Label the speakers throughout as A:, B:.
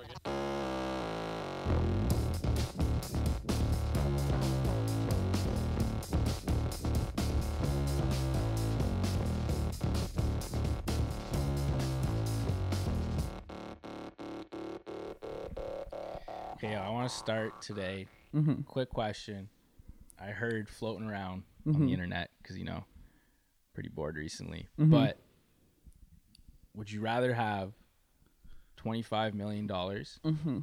A: Georgia.
B: Okay, I want to start today.
C: Mm-hmm.
B: Quick question. I heard floating around
C: Mm-hmm.
B: on the internet because, you know, pretty bored recently.
C: Mhm.
B: But would you rather have $25 million
C: Mm-hmm.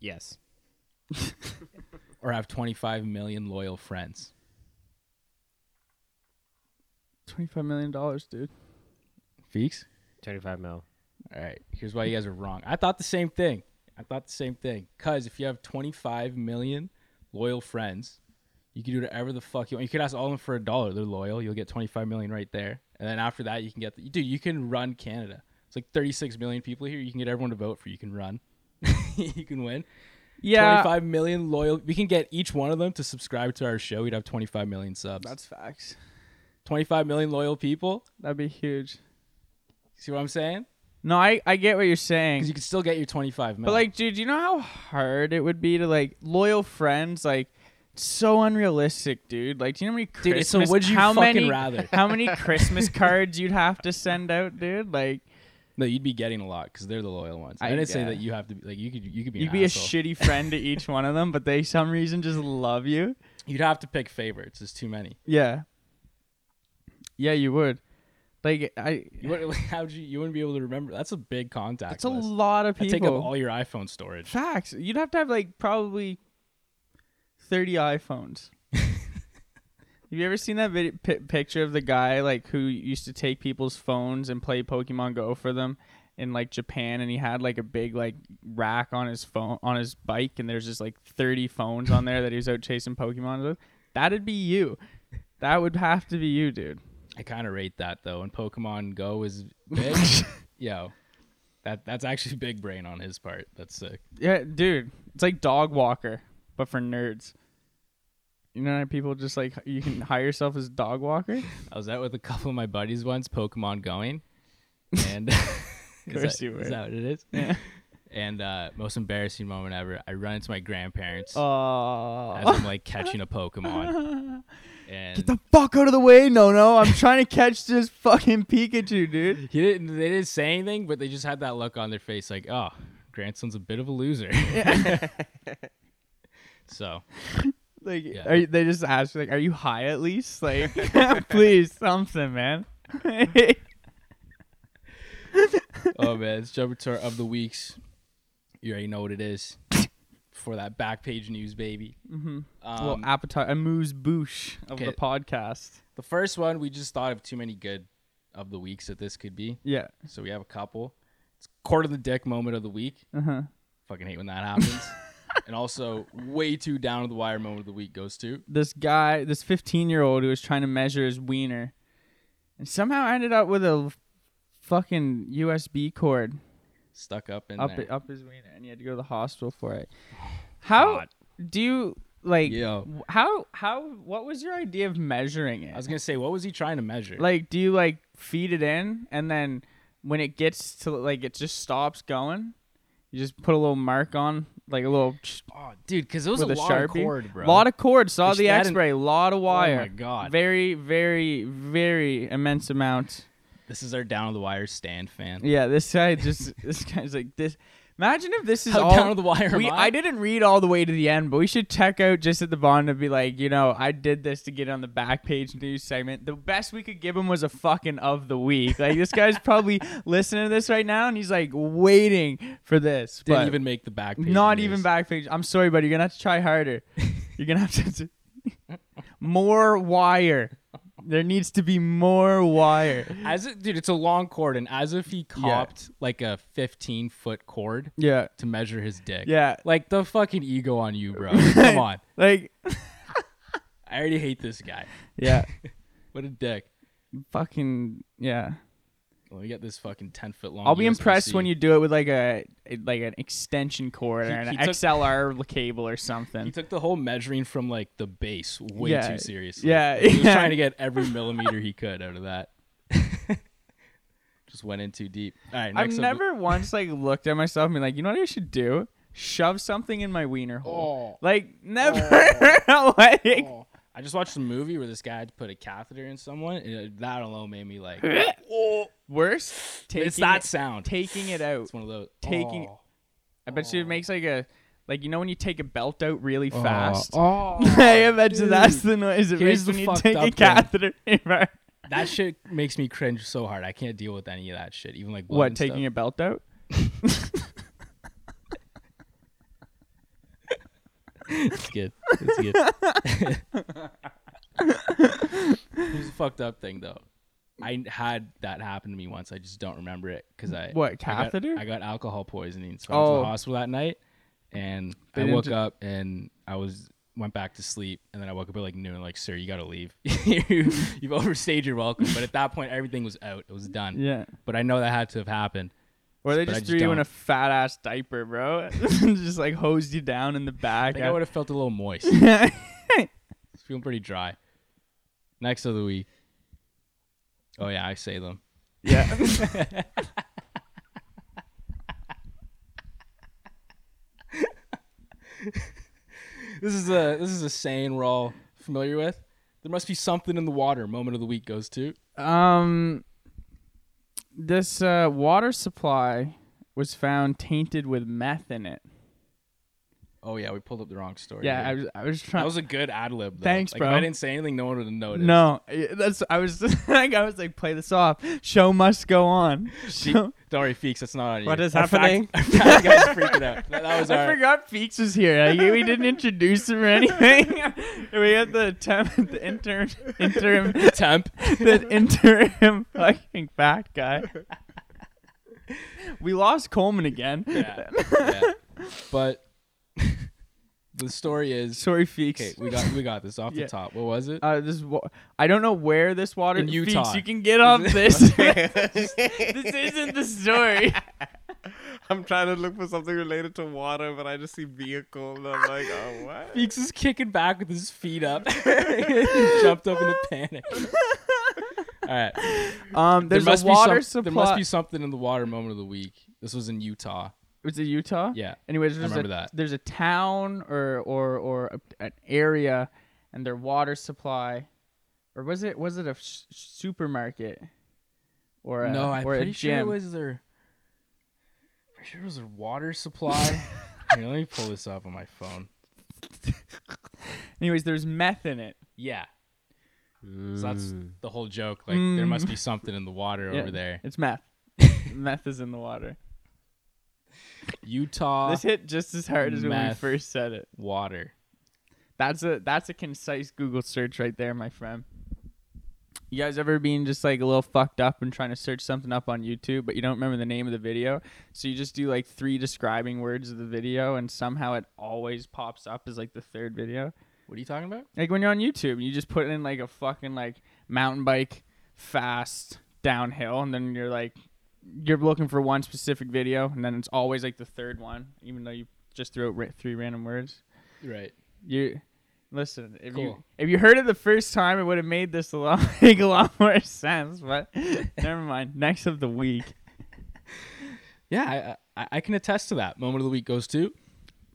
A: Yes.
B: or have 25 million loyal friends?
C: Twenty-five million dollars, dude.
B: Feeks?
A: 25 mil.
B: All right, here's why you guys are wrong. I thought the same thing. I thought the same thing. Because if you have 25 million loyal friends, you can do whatever the fuck you want. You could ask all of them for a dollar. They're loyal. You'll get 25 million right there. And then after that, you can get, the, dude, you can run Canada. It's like 36 million people here. You can get everyone to vote for you. You can run. you can win.
C: Yeah,
B: 25 million loyal. We can get each one of them to subscribe to our show. We'd have 25 million subs.
C: that's facts.
B: 25 million loyal people.
C: That'd be huge.
B: See what I'm saying?
C: No, I I get what
B: Because
C: you're
B: you
C: saying,
B: can still get your 25 million.
C: but like, dude, you know how hard it would be to like loyal friends, like. So unrealistic, dude. Like, do you know how many Christmas?
B: Dude, it's a would you
C: how
B: fucking
C: many,
B: rather.
C: How many Christmas cards you'd have to send out, dude? Like,
B: No, you'd be getting a lot because they're the loyal ones. I,
C: I-
B: didn't say
C: yeah.
B: that you have to be like you could you could be
C: you'd
B: an
C: be
B: asshole.
C: a shitty friend to each one of them, but they some reason just love you.
B: You'd have to pick favorites. There's too many.
C: Yeah. Yeah, you would. Like, I.
B: You wouldn't how'd you you wouldn't be able to remember. That's a big contact.
C: It's a
B: list.
C: lot of
B: That'd
C: people.
B: take up all your iPhone storage.
C: Facts. You'd have to have like probably thirty iPhones. have you ever seen that vid- pi picture of the guy like who used to take people's phones and play Pokemon Go for them in like Japan, and he had like a big like rack on his phone on his bike, and there's just like thirty phones on there that he was out chasing Pokemon with. That'd be you. That would have to be you, dude.
B: I kind of rate that though. And Pokemon Go is big. Yo, that that's actually big brain on his part. That's sick.
C: Yeah, dude. It's like dog walker, but for nerds. You know how people just like you can hire yourself as dog walker?
B: I was out with a couple of my buddies once, Pokemon going, and of
C: course
B: that,
C: you
B: Is
C: were.
B: that what it is? And uh, most embarrassing moment ever. I run into my grandparents as
C: Oh.
B: I'm like catching a Pokemon, and
C: Get the fuck out of the way, no no. I'm trying to catch this fucking Pikachu, dude.
B: He didn't. They didn't say anything, but they just had that look on their face, like, "Oh, grandson's a bit of a loser." so
C: Like
B: Yeah.
C: are you, they just ask like, are you high at least? Like please, something, man.
B: Um, oh man, it's jumper tour of the weeks. You already know what it is. For that back page news, baby.
C: mm-hmm.
B: Um,
C: Little appetite amuse bouche of
B: okay.
C: the podcast.
B: the first one we just thought of too many good of the weeks that this could be,
C: Yeah.
B: so we have a couple. It's court of the dick moment of the week.
C: Uh-huh.
B: Fucking hate when that happens. and also, way too down to the wire moment of the week goes to.
C: this guy, this 15 year old who was trying to measure his wiener, and somehow ended up with a fucking USB cord
B: Stuck up in
C: up
B: there.
C: up his wiener, and he had to go to the hospital for it. How
B: God.
C: do you like?
B: Yo.
C: w- How how what was your idea of measuring it?
B: I was gonna say, what was he trying to measure?
C: like, do you like feed it in, and then when it gets to like it just stops going, you just put a little mark on, like a little.
B: Oh, dude, because it was
C: with
B: a,
C: a,
B: lot
C: sharpie.
B: of cord, bro.
C: Lot of cord. Saw
B: Which
C: the
B: that and-
C: X-ray. lot of wire.
B: my God.
C: Very, very, very immense amount.
B: this is our down on the wire stand fan.
C: Yeah, this guy just. this guy's like this. Imagine if this is
B: How
C: all
B: down to the wire am
C: We,
B: I?
C: I didn't read all the way to the end, but we should check out just at the bottom to be like, you know, I did this to get on the back page news segment. The best we could give him was a fucking of the week. Like this guy's probably listening to this right now, and he's like waiting for this.
B: Didn't
C: but-
B: even make the back. Page
C: Not
B: news.
C: even back page. I'm sorry, buddy. You're gonna have to try harder. You're gonna have to do more wire. There needs to be more wire.
B: As it, dude, it's a long cord, and as if he copped like a 15 foot cord
C: Yeah.
B: to measure his dick.
C: Yeah.
B: Like the fucking ego on you, bro. Come on.
C: Like
B: I already hate this guy.
C: Yeah.
B: What a dick.
C: Fucking yeah.
B: Let me get this fucking 10 foot long.
C: I'll be impressed
B: USB-C.
C: when you do it with like a like an extension cord
B: He-
C: or an
B: he took-
C: XLR cable or something.
B: He took the whole measuring from like the base way
C: Yeah.
B: too seriously.
C: Yeah,
B: He was
C: yeah.
B: trying to get every millimeter he could out of that. Just went in too deep. All right,
C: I've
B: next up-
C: never once like looked at myself and been like, you know what I should do? Shove something in my wiener hole.
B: Oh,
C: Like never. like
B: oh. I just watched a movie where this guy had to put a catheter in someone, and it- that alone made me like.
C: worse. Taking
B: it's Oh. that
C: it,
B: sound.
C: taking it out.
B: it's one of those
C: taking-
B: Oh.
C: I bet you it makes like a like you know when you take a belt out really
B: Oh.
C: fast.
B: Oh,
C: I bet you that's
B: dude.
C: the noise it
B: Here's
C: makes
B: the
C: when you
B: fucked
C: take
B: up
C: a
B: thing.
C: catheter. in your-
B: that shit makes me cringe so hard. I can't deal with any of that shit. Even like blood
C: what
B: and stuff.
C: taking a belt out?
B: It's good. It's good. Here's a fucked up thing though. I had that happen to me once. I just don't remember it because I
C: What,
B: I got-
C: catheter?
B: I got, alcohol poisoning, so I went to
C: Oh.
B: the hospital that night, and
C: They
B: I
C: didn't
B: woke
C: ju-
B: up and I was went back to sleep, and then I woke up at like noon. Like, sir, you gotta leave. You- You've overstayed your welcome. But at that point, everything was out. It was done.
C: Yeah.
B: But I know that had to have happened.
C: Or they
B: But I
C: just,
B: just
C: threw you in
B: don't.
C: a fat ass diaper, bro. just like hosed you down in the
B: I
C: back.
B: think I would have felt a little moist. It's feeling pretty dry. Next of the week. Oh yeah, I say them.
C: yeah.
B: This is a this is a saying we're all familiar with. There must be something in the water. Moment of the week goes to.
C: Um this uh, water supply was found tainted with meth in it.
B: Oh yeah, we pulled up the wrong story.
C: Yeah,
B: here.
C: I was I was
B: that
C: trying
B: was a good ad lib. though.
C: Thanks,
B: like,
C: bro.
B: If I didn't say anything, no one would have noticed.
C: No, I- that's I was like I was like play this off. Show must go on.
B: Fe-
C: Show-
B: don't worry, Feeks. That's not on you.
A: What is
B: Our fact-
A: happening?
B: our fact guy's freaking out. That, that was
C: I
B: our.
C: forgot Feeks was here. Like, we didn't introduce him or anything. we had the temp, the interim, interim,
B: Temp.
C: the interim fucking fat guy. We lost Coleman again.
B: Yeah. yeah. But the story is
C: Sorry, Feeks.
B: okay. We got we got this off
C: Yeah.
B: the top. What was it?
C: uh, this wa- I don't know where this water
B: In Utah.
C: Feeks, you can get off this. this isn't the story.
A: I'm trying to look for something related to water, but I just see vehicle, and I'm like, oh what?
B: Feeks is kicking back with his feet up. he jumped up in a panic. All right.
C: Um, there's
B: there must
C: a water
B: be some,
C: supply.
B: There must be something in the water moment of the week. This was in Utah.
C: Was it Utah?
B: Yeah.
C: Anyways, there's a,
B: remember that.
C: there's a town or or or a, an area, and their water supply, or was it was it a sh- supermarket, or a,
B: no, I'm
C: or a
B: pretty sure
C: gym?
B: it was their. Pretty sure it was their water supply. Here, let me pull this up on my phone.
C: Anyways, there's meth in it.
B: Yeah. So
D: Mm.
B: that's the whole joke. Like there must be something in the water
C: Mm. Yeah,
B: over there.
C: It's meth. meth is in the water.
B: Utah
C: This hit just as hard as when we
B: Uh, meth.
C: first said it.
B: water.
C: That's a that's a concise Google search right there, my friend. You guys ever been just like a little fucked up and trying to search something up on YouTube, but you don't remember the name of the video? So you just do like three describing words of the video, and somehow it always pops up as like the third video.
B: What are you talking about?
C: Like when you're on YouTube, you just put in like a fucking like mountain bike fast downhill, and then you're like you're looking for one specific video, and then it's always like the third one, even though you just threw out ra- three random words.
B: Right.
C: You listen if you
B: Cool.
C: if you heard it the first time, it would have made this a lot make a lot more sense. But never mind. Next of the week,
B: Yeah, I, I, I can attest to that. Moment of the week goes to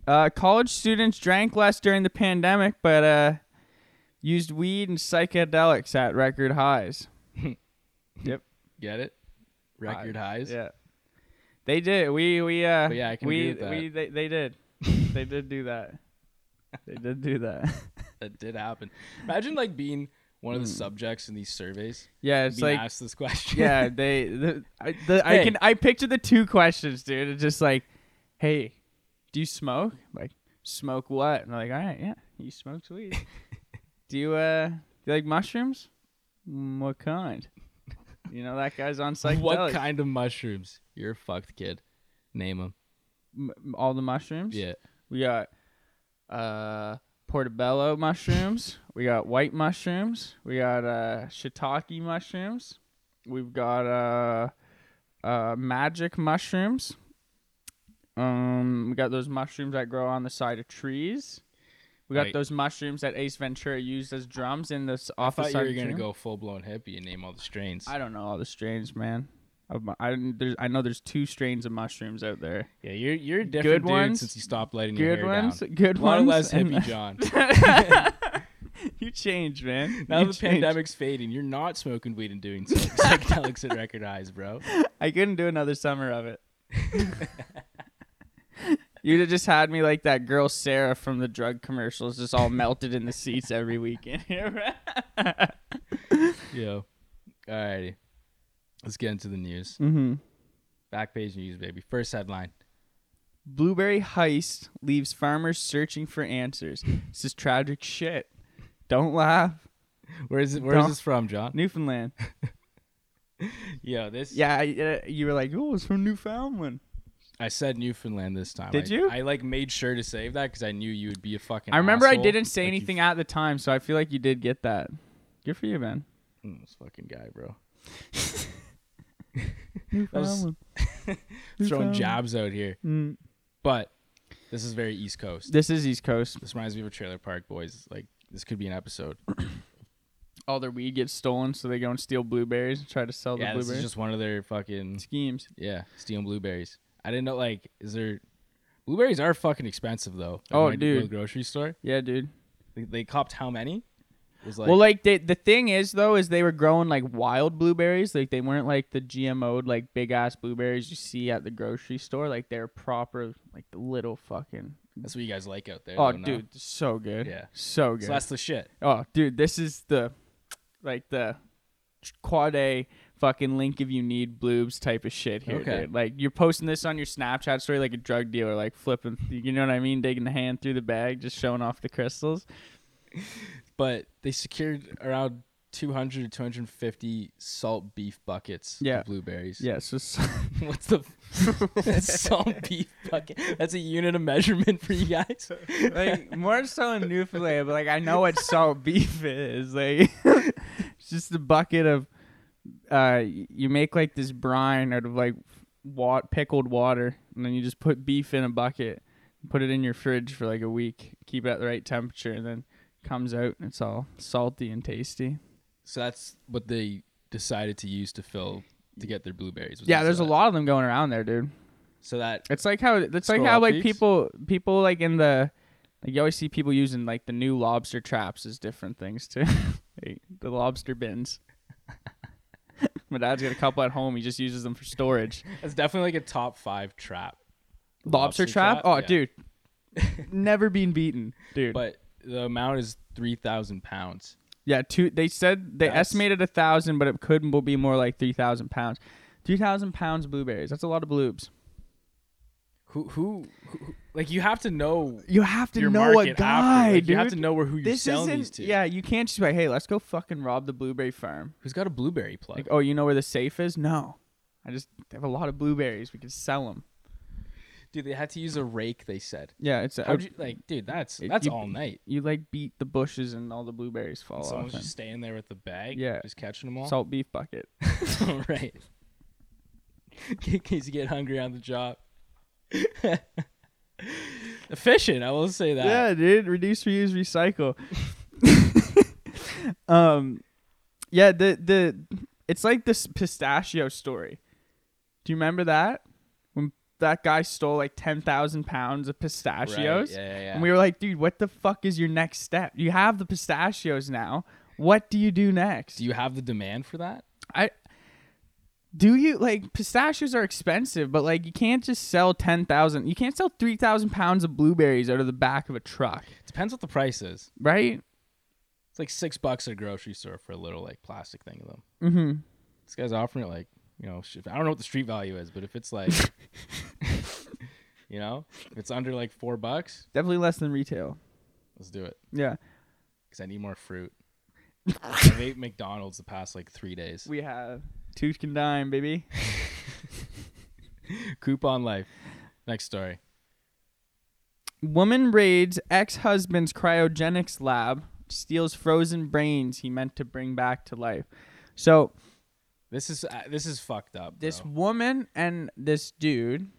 C: uh, college students drank less during the pandemic, but uh, used weed and psychedelics at record highs.
B: get it record highs.
C: Yeah, they did. We we uh
B: But yeah, I can
C: we
B: agree with that.
C: we they, they did they did do that. They did do that.
B: That did happen. Imagine like being one of the subjects in these surveys.
C: Yeah, Hmm. it's
B: being
C: like
B: asked this question.
C: yeah, they. The, I, the, I
B: Hey.
C: can. I picture the two questions, dude. It's just like, hey, do you smoke? I'm like, smoke what? And they're like, all right, yeah, you smoked weed. do you uh, do you like mushrooms? Mm, what kind? You know that guy's on psychedelics.
B: what kind of mushrooms? You're a fucked kid. Name them.
C: M- all the mushrooms.
B: Yeah.
C: We got uh portobello mushrooms. we got white mushrooms. We got uh shiitake mushrooms. We've got uh uh magic mushrooms. Um we got those mushrooms that grow on the side of trees. We got
B: Wait.
C: those mushrooms that Ace Ventura used as drums in this
B: I
C: off the
B: thought
C: side
B: you were
C: of
B: gonna
C: tree.
B: go full blown hippie and name all the strains.
C: I don't know all the strains, man. Of mu- I there's I know there's two strains of mushrooms out there.
B: Yeah, you're you're a different dude
C: ones,
B: since you stopped lighting your
C: Good
B: hair
C: ones,
B: down.
C: good
B: a lot
C: ones.
B: less
C: and-
B: hippie, John.
C: you change, man.
B: Now
C: You
B: the
C: change.
B: pandemic's fading. You're not smoking weed and doing psych- psychedelics at record highs, bro.
C: I couldn't do another summer of it. You'd have just had me like that girl Sarah from the drug commercials, just all melted in the seats every weekend.
B: Yo. Alrighty. Let's get into the news.
C: mm-hmm.
B: Back page news, baby. First headline.
C: Blueberry heist leaves farmers searching for answers. This is tragic shit. Don't laugh.
B: Where is it where is
C: Don't-
B: this from, John?
C: Newfoundland.
B: Yo, this
C: Yeah, I, uh, you were like, oh, it's from Newfoundland.
B: I said Newfoundland this time.
C: Did
B: I-
C: you?
B: I like made sure to save that because I knew you would be a fucking
C: I remember I
B: asshole.
C: didn't say
B: Like, you
C: anything at the time, so I feel like you did get that. Good for you, man.
B: Mm, this fucking guy, bro. Throwing
C: Newfoundland.
B: jabs out here.
C: Mm.
B: But this is very East Coast.
C: This is East Coast.
B: This reminds me of a Trailer Park Boys. Like, this could be an episode.
C: All their weed gets stolen, so they go and steal blueberries and try to sell
B: yeah,
C: the
B: this is
C: blueberries.
B: just one of their fucking,
C: Schemes.
B: yeah, stealing blueberries. I didn't know, like, is there. Blueberries are fucking expensive, though. Like,
C: Oh,
B: when I did go to
C: dude.
B: the grocery store.
C: Yeah, dude.
B: They, they copped how many? It was like,
C: well, like they, the thing is though, is they were growing like wild blueberries. Like they weren't like the GMO'd like big ass blueberries you see at the grocery store. Like they're proper, like the little fucking.
B: that's what you guys like out there.
C: Oh,
B: though, no?
C: dude, so good.
B: Yeah.
C: so good.
B: So that's the shit.
C: oh, dude, this is the, like the, quad A fucking link if you need bloobs type of shit here,
B: Okay.
C: dude. Like you're posting this on your Snapchat story like a drug dealer, like flipping. You know what I mean? Digging the hand through the bag, just showing off the crystals.
B: but they secured around 200 to 250 salt beef buckets
C: Yeah.
B: of blueberries.
C: Yeah, so s-
B: What's the that's salt beef bucket? That's a unit of measurement for you guys.
C: like more so in Newfoundland, but like I know what salt beef is. Like it's just a bucket of uh y- you make like this brine out of like wat pickled water and then you just put beef in a bucket, put it in your fridge for like a week, keep it at the right temperature and then comes out and it's all salty and tasty.
B: So that's what they decided to use to fill to get their blueberries. was
C: Yeah,
B: also
C: there's a
B: that.
C: lot of them going around there, dude.
B: So that
C: It's like how it's like
B: Scroll
C: how
B: up
C: like
B: these.
C: people people like in the like you always see people using like the new lobster traps as different things too. like the lobster bins. My dad's got a couple at home. He just uses them for storage.
B: that's definitely like a top five trap.
C: Lobster,
B: Lobster
C: trap?
B: trap?
C: Oh,
B: Yeah.
C: dude, never been beaten, dude.
B: But the amount is three thousand pounds.
C: yeah, two. They said they
B: That's-
C: estimated a thousand, but it could m- be more like three thousand pounds. Three thousand pounds of blueberries. That's a lot of bloobs.
B: Who, who who who- like you have to know
C: You have to
B: your
C: know a
B: market
C: guy,
B: after. Like,
C: dude.
B: You have to know where who you're
C: this
B: selling
C: isn't.
B: these to.
C: Yeah, you can't just be like, hey, let's go fucking rob the blueberry farm.
B: Who's got a blueberry plug?
C: Like, oh, you know where the safe is? No. I just have a lot of blueberries. We could sell them.
B: Dude, they had to use a rake. They said.
C: Yeah, it's a,
B: How'd you, like, dude, that's
C: It-
B: that's
C: you-
B: all night.
C: you like beat the bushes and all the blueberries fall off.
B: Someone's
C: and-
B: just staying there with the bag,
C: Yeah.
B: just catching them all.
C: Salt beef bucket.
B: all right. In case you get hungry on the job. Efficient, I will say that.
C: Yeah, dude. Reduce, reuse, recycle. um, yeah. The the it's like this pistachio story. Do you remember that when that guy stole like ten thousand pounds of
B: Right,
C: pistachios?
B: Yeah, yeah, yeah.
C: And we were like, dude, what the fuck is your next step? You have the pistachios now. What do you do next?
B: Do you have the demand for that?
C: I do you like pistachios are expensive, but like you can't just sell ten thousand. You can't sell three thousand pounds of blueberries out of the back of a truck,
B: Depends what the price is.
C: right?
B: It's like six bucks at a grocery store for a little like plastic thing of them.
C: Mm-hmm.
B: This guy's offering it like you know, sh- I don't know what the street value is, but if it's like, you know, if it's under like four bucks,
C: Definitely less than retail.
B: let's do it.
C: Yeah,
B: because I need more fruit. I've ate McDonald's the past like three days.
C: we have two can dime, baby.
B: Coupon life. Next story.
C: Woman raids ex-husband's cryogenics lab, steals frozen brains he meant to bring back to life. So
B: This is uh, this is fucked up.
C: this
B: bro.
C: woman and this dude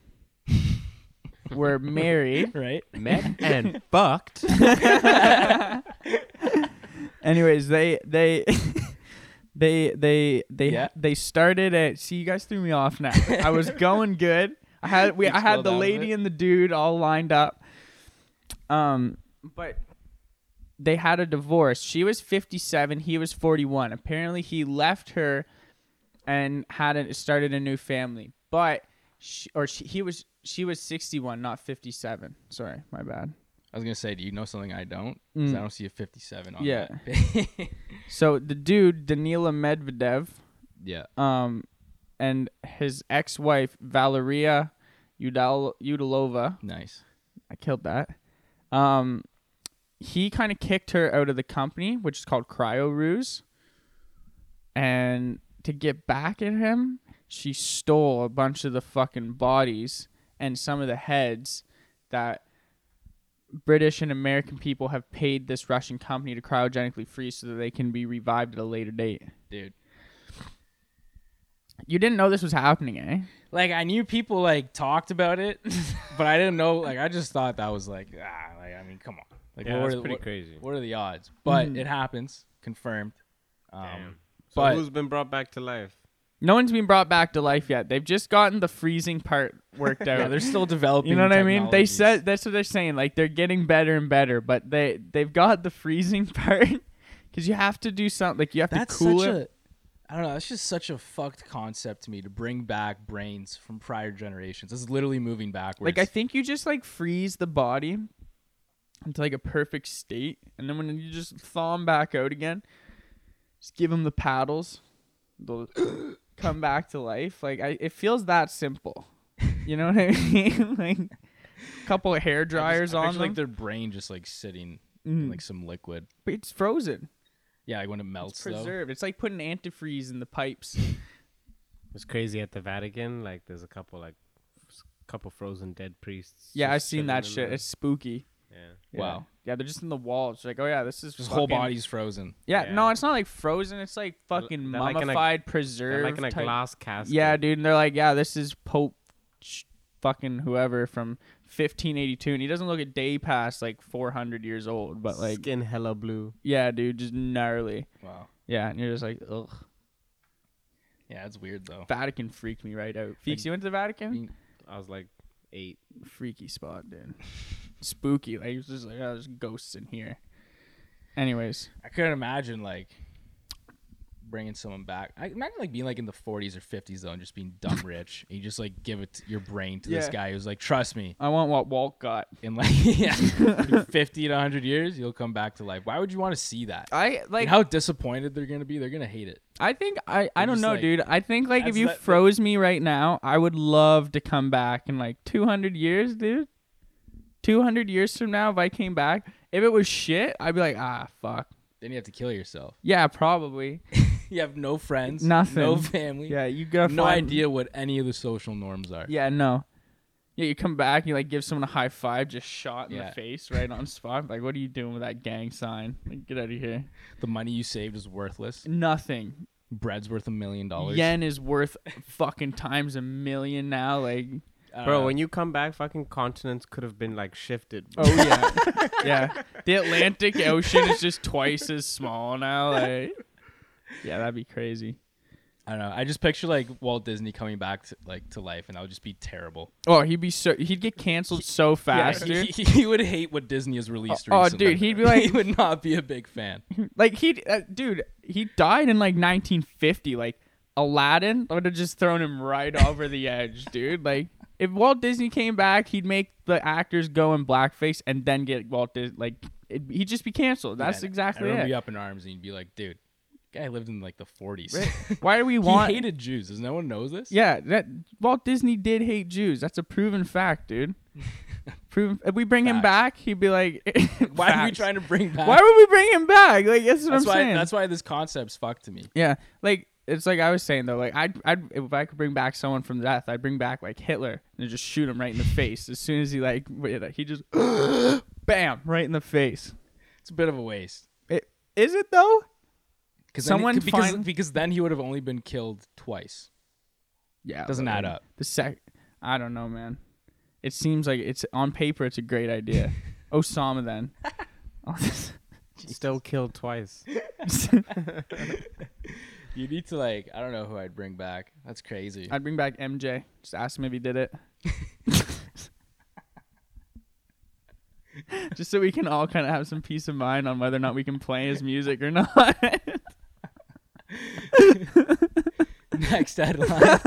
C: were married.
B: right?
D: Met and fucked.
C: Anyways, they they They they they
B: Yeah.
C: they started at. See, you guys threw me off now. I was going good. I had we
B: You
C: I had
B: scrolled
C: the
B: out of
C: lady
B: it.
C: and the dude all lined up. Um, but they had a divorce. She was 57, he was 41. Apparently, he left her and had a, started a new family. But she, or she, he was she was 61, not 57. Sorry, my bad.
B: I was gonna say, do you know something I don't? 'Cause I don't see a 57 on
C: Yeah.
B: that.
C: So the dude Danila Medvedev,
B: yeah.
C: um, and his ex-wife Valeria Udal- Udalova.
B: Nice.
C: I killed that. Um, he kind of kicked her out of the company, which is called Cryo Ruse. And to get back at him, she stole a bunch of the fucking bodies and some of the heads that British and American people have paid this Russian company to cryogenically freeze so that they can be revived at a later date.
B: Dude.
C: You didn't know this was happening, eh?
B: Like I knew people like talked about it, but I didn't know like I just thought that was like ah like I mean come on. Like
D: Yeah,
B: what
D: that's
B: are the-
D: pretty
B: what-
D: crazy.
B: What are the odds? But it happens, confirmed. Um
A: So
B: But-
A: who's been brought back to life?
C: No one's been brought back to life yet. They've just gotten the freezing part worked out.
B: yeah, they're still developing.
C: You know what I mean? They
B: technologies.
C: said that's what they're saying. Like they're getting better and better, but they they've got the freezing part because you have to do something. Like you have
B: that's
C: to cool
B: such
C: it.
B: a I don't know, that's just such a fucked concept to me to bring back brains from prior generations. It's literally moving backwards.
C: like I think you just like freeze the body into like a perfect state, and then when you just thaw 'em back out again, just give them the paddles, they'll come back to life. Like I, it feels that simple. You know what I mean? like a couple of hair dryers
B: I
C: on
B: picture,
C: them, Mm.
B: like their brain just like sitting in like some liquid.
C: but it's frozen,
B: Yeah, like when it melts though.
C: preserved. It's like putting antifreeze in the pipes.
D: It's crazy at the Vatican. Like, there's a couple like s- couple frozen dead priests.
C: Yeah, I've
D: just
C: seen that
D: chilling
C: shit.
D: in
C: It's spooky.
D: there. Yeah.
C: Yeah.
B: Wow.
C: Yeah, they're just in the wall. It's like, oh yeah, this is
B: Just whole
C: fucking-
B: body's frozen.
C: Yeah,
D: Yeah.
C: no, it's not like frozen. It's like fucking
D: they're like in a-
C: mummified,
D: They're
C: preserved.
D: like in a
C: type-
D: glass casket.
C: Yeah, dude. And they're like, yeah, this is Pope, sh- fucking whoever from 1582, and he doesn't look a day past like 400 years old. But like,
D: skin hella blue.
C: yeah, dude, just gnarly.
B: Wow.
C: Yeah, and you're just like, ugh.
B: Yeah, it's weird though.
C: Vatican freaked me right out. Feeks, you went to the Vatican?
D: I was like eight.
C: Freaky spot, dude. Spooky. Like, it was just like, oh, there's ghosts in here. Anyways,
B: I couldn't imagine like bringing someone back. I imagine like being like in the 40s or 50s though, and just being dumb rich. and you just like give it your brain to this
C: Yeah.
B: guy who's like, trust me,
C: I want what Walt got.
B: in like yeah, 50 to 100 years, you'll come back to life. Why would you want to see that?
C: I
B: Like,
C: like.
B: how disappointed they're gonna be. They're gonna hate it.
C: I think I. I
B: They're
C: don't
B: just
C: know,
B: like-
C: dude. I think like if
B: That's
C: you
B: that-
C: froze me right now, I would love to come back in like 200 years, dude. 200 years from now, if I came back, if it was shit, I'd be like, ah, fuck.
B: Then you have to kill yourself.
C: Yeah, probably.
B: You have no friends,
C: Nothing.
B: no family,
C: Yeah, you gotta
B: no
C: find-
B: idea what any of the social norms are.
C: Yeah, no. Yeah, you come back, you like give someone a high five, just shot in
B: Yeah.
C: the face, right on spot. Like, what are you doing with that gang sign? Like, get out of here.
B: The money you saved is worthless.
C: Nothing.
B: Bread's worth a million dollars.
C: Yen is worth fucking times a million now. Like,
B: I don't
D: Bro,
B: know.
D: when you come back, fucking continents could have been like shifted. bro.
C: Oh yeah, yeah. The Atlantic Ocean is just twice as small now. Like, yeah, that'd be crazy.
B: I don't know. I just picture like Walt Disney coming back to, like to life, and that would just be terrible.
C: Oh, he'd be so he'd get canceled so fast,
B: he,
C: dude.
B: he- he would hate what Disney has released.
C: Oh, oh,
B: recently.
C: dude, he'd be like-
B: he would not be a big fan.
C: Like he, uh, dude, he died in like 1950. Like Aladdin would have just thrown him right over the edge, dude. Like if Walt Disney came back, he'd make the actors go in blackface and then get Walt Disney. Like it, he'd just be canceled. That's
B: Yeah,
C: exactly
B: Everyone would be
C: it.
B: up in arms, and you'd be like, dude, guy lived in like the 40s.
C: Why do we
B: he
C: want?
B: hated Jews. Does no one knows this?
C: Yeah, that Walt Disney did hate Jews. That's a proven fact, dude. proven. If we bring him
B: Facts.
C: back, he'd be like,
B: Why are we
C: Facts.
B: trying to bring back?
C: Why would we bring him back? Like that's what
B: that's
C: I'm
B: why.
C: saying.
B: That's why this concept's fucked to me.
C: yeah, like it's like I was saying though. Like I'd, I'd if I could bring back someone from death, I'd bring back like Hitler and just shoot him right in the face as soon as he like wait, he just bam right in the face.
B: It's a bit of a waste.
C: It, is it though?
B: Because then he-
C: Someone
B: because
C: find-
B: because then he would have only been killed twice.
C: Yeah,
B: Doesn't
C: but,
B: add
C: like,
B: up.
C: The sec, I don't know, man. It seems like it's on paper. It's a great idea. Osama then.
D: Still killed twice.
B: You need to like I don't know who I'd bring back. That's crazy.
C: I'd bring back MJ. Just ask him if he did it. Just so we can all kind of have some peace of mind on whether or not we can play his music or not.
B: Next headline.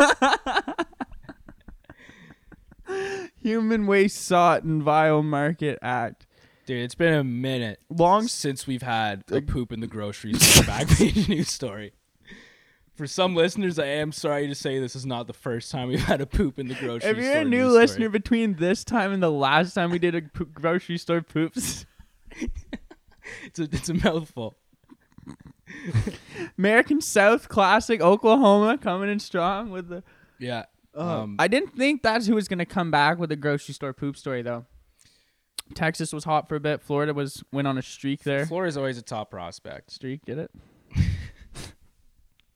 C: Human Waste Sought and Vile Market Act.
B: Dude, it's been a minute
C: Long
B: since we've had a poop in the grocery store back page news story. For some listeners, I am sorry to say this is not the first time we've had a poop in the grocery store.
C: If you're a new
B: news story.
C: listener between this time and the last time we did a po- grocery store poops,
B: it's a, it's a mouthful.
C: American South Classic Oklahoma coming in strong with the.
B: Yeah.
C: um,
B: um,
C: I didn't think that's who was going to come back with a grocery store poop story though. Texas was hot for a bit. Florida was went on a streak there.
B: Flora is always a top prospect.
C: streak, get it?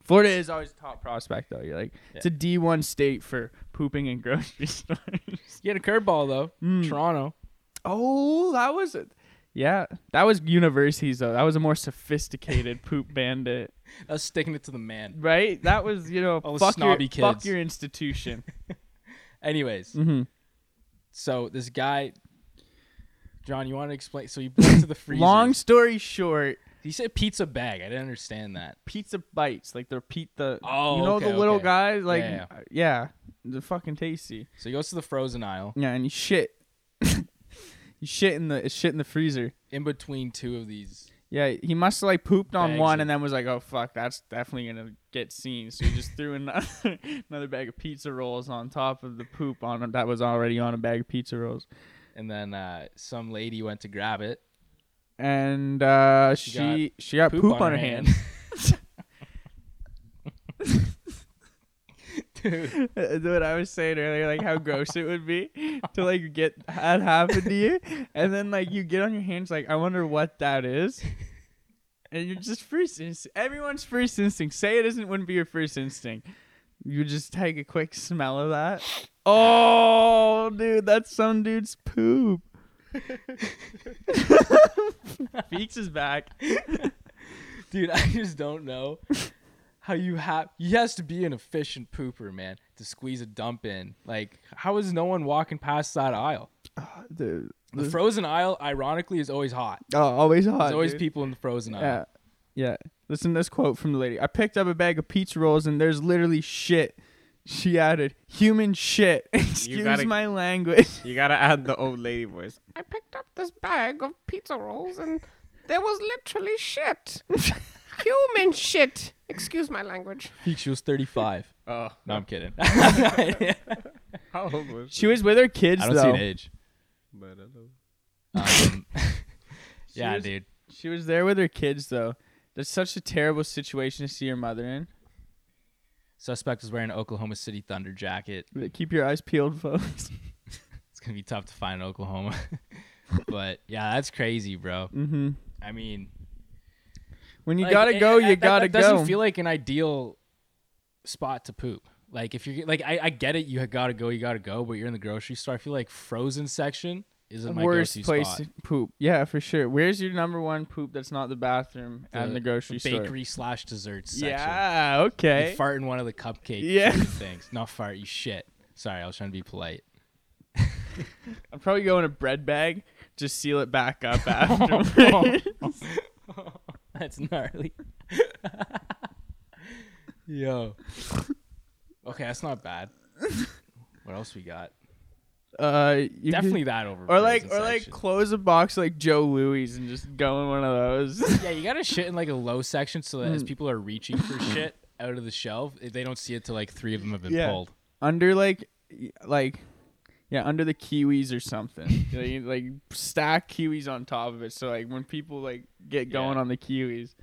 C: Florida is always top prospect though. You're like it's a D one state for pooping in grocery stores.
B: You had a curveball though,
C: Hmm.
B: Toronto.
C: oh, that was it. Yeah, that was universities though. That was a more sophisticated poop bandit.
B: That's sticking it to the man.
C: right? That was you know
B: All the
C: fuck
B: snobby
C: your fuck
B: kids.
C: your institution.
B: Anyways,
C: Mhm.
B: so this guy, John, you want to explain? So he went to the freezer.
C: Long story short,
B: He said pizza bag. I didn't understand that.
C: pizza bites like they're pe- the
B: Oh,
C: you know
B: okay,
C: the little
B: okay.
C: guys like yeah,
B: Yeah,
C: they're fucking tasty.
B: So he goes to the frozen aisle
C: Yeah, and you shit, you shit in the shit in the freezer.
B: in between two of these.
C: Yeah, he must have like pooped on
B: Bags
C: one
B: of-
C: and then was like, "Oh fuck, that's definitely gonna get seen." So he just threw another another bag of pizza rolls on top of the poop on that was already on a bag of pizza rolls,
B: And then uh, some lady went to grab it.
C: and uh, she
B: She
C: she
B: got
C: got, poop, on, her hand.
B: Dude,
C: Uh, what I was saying earlier, like how gross it would be to like get that happen to you, and then like you get on your hands, like I wonder what that is, and you're just first instinct. Everyone's first instinct. Say it isn't wouldn't be your first instinct. You just take a quick smell of that. Oh, dude, that's some dude's poop. Feeks is back.
B: dude, I just don't know how you have. You has to be an efficient pooper, man, to squeeze a dump in. Like, how is no one walking past that aisle?
C: Dude,
B: The frozen aisle, ironically, is always hot.
C: oh, always hot.
B: There's always
C: dude.
B: people in the frozen aisle.
C: Yeah. Yeah. Listen to this quote from the lady. I picked up a bag of pizza rolls and there's literally shit. She added, human shit. Excuse
D: gotta-
C: my language.
D: You gotta add the old lady voice.
E: I picked up this bag of pizza rolls and there was literally shit. Human shit. Excuse my language.
B: Peak, she was 35.
D: Oh,
B: No, I'm kidding.
D: how old was she?
C: She was with her kids,
B: I don't
C: though.
B: see an age.
D: But I don't-
B: Um, yeah,
C: was-
B: dude.
C: She was there with her kids, though. That's such a terrible situation to see your mother in.
B: Suspect was wearing an Oklahoma City Thunder jacket.
C: But Keep your eyes peeled, folks.
B: It's gonna be tough to find in Oklahoma. but yeah, that's crazy, bro.
C: mm-hmm.
B: I mean,
C: When you
B: like,
C: gotta
B: it-
C: go,
B: it-
C: you
B: that- that
C: gotta go.
B: Doesn't feel like an ideal spot to poop. Like if you're like, I, I get it. You gotta go. You gotta go. But you're in the grocery store. I feel like frozen section isn't my
C: Worst
B: go-to
C: place
B: spot.
C: to poop. Yeah, for sure. Where's your number one poop that's not the bathroom and the grocery store?
B: bakery slash desserts section.
C: Yeah,
B: You
C: okay.
B: fart in one of the cupcake
C: Yeah.
B: things. Not fart, you shit. Sorry, I was trying to be polite.
C: I'm probably going a bread bag. Just seal it back up after.
B: That's gnarly. Yo. Okay, that's not bad. What else we got?
C: uh, you
B: Definitely that over.
C: could- or like,
B: frozen
C: or like,
B: section.
C: close a box like Joe Louis and just go in one of those.
B: yeah, you gotta shit in like a low section so that as
C: Hmm.
B: people are reaching for shit out of the shelf, if they don't see it till like three of them have been
C: Yeah.
B: pulled.
C: under like, y- like, yeah, under the kiwis or something. You know, you, like stack kiwis on top of it. So like when people like get going
B: Yeah.
C: on the kiwis,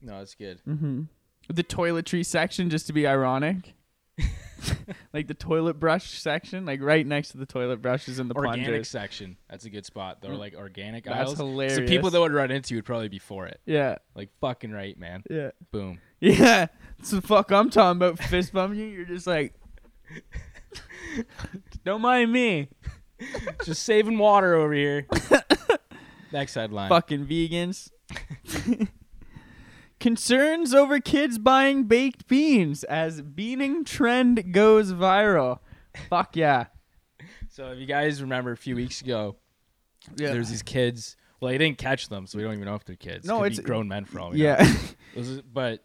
C: Mm-hmm.
B: No, it's good.
C: the toiletry section just to be ironic. like the toilet brush section, like right next to the toilet brushes and the
B: Organic
C: plungers.
B: section. That's a good spot. They're like organic
C: Hmm. That's
B: aisles. So
C: hilarious.
B: people that would run into you would probably be for it.
C: Yeah,
B: Like fucking right, man.
C: yeah.
B: Boom.
C: Yeah, that's the fuck I'm talking about. Fist bumping you, you're just like, don't mind me.
B: Just saving water over here. Next headline.
C: Fucking vegans. Concerns over kids buying baked beans as beaning trend goes viral. Fuck yeah.
B: So if you guys remember a few weeks ago,
C: Yeah.
B: there's these kids. Well, they didn't catch them, so we don't even know if they're kids.
C: No,
B: Could
C: it's-
B: be grown men for all we know.
C: yeah.
B: It was- but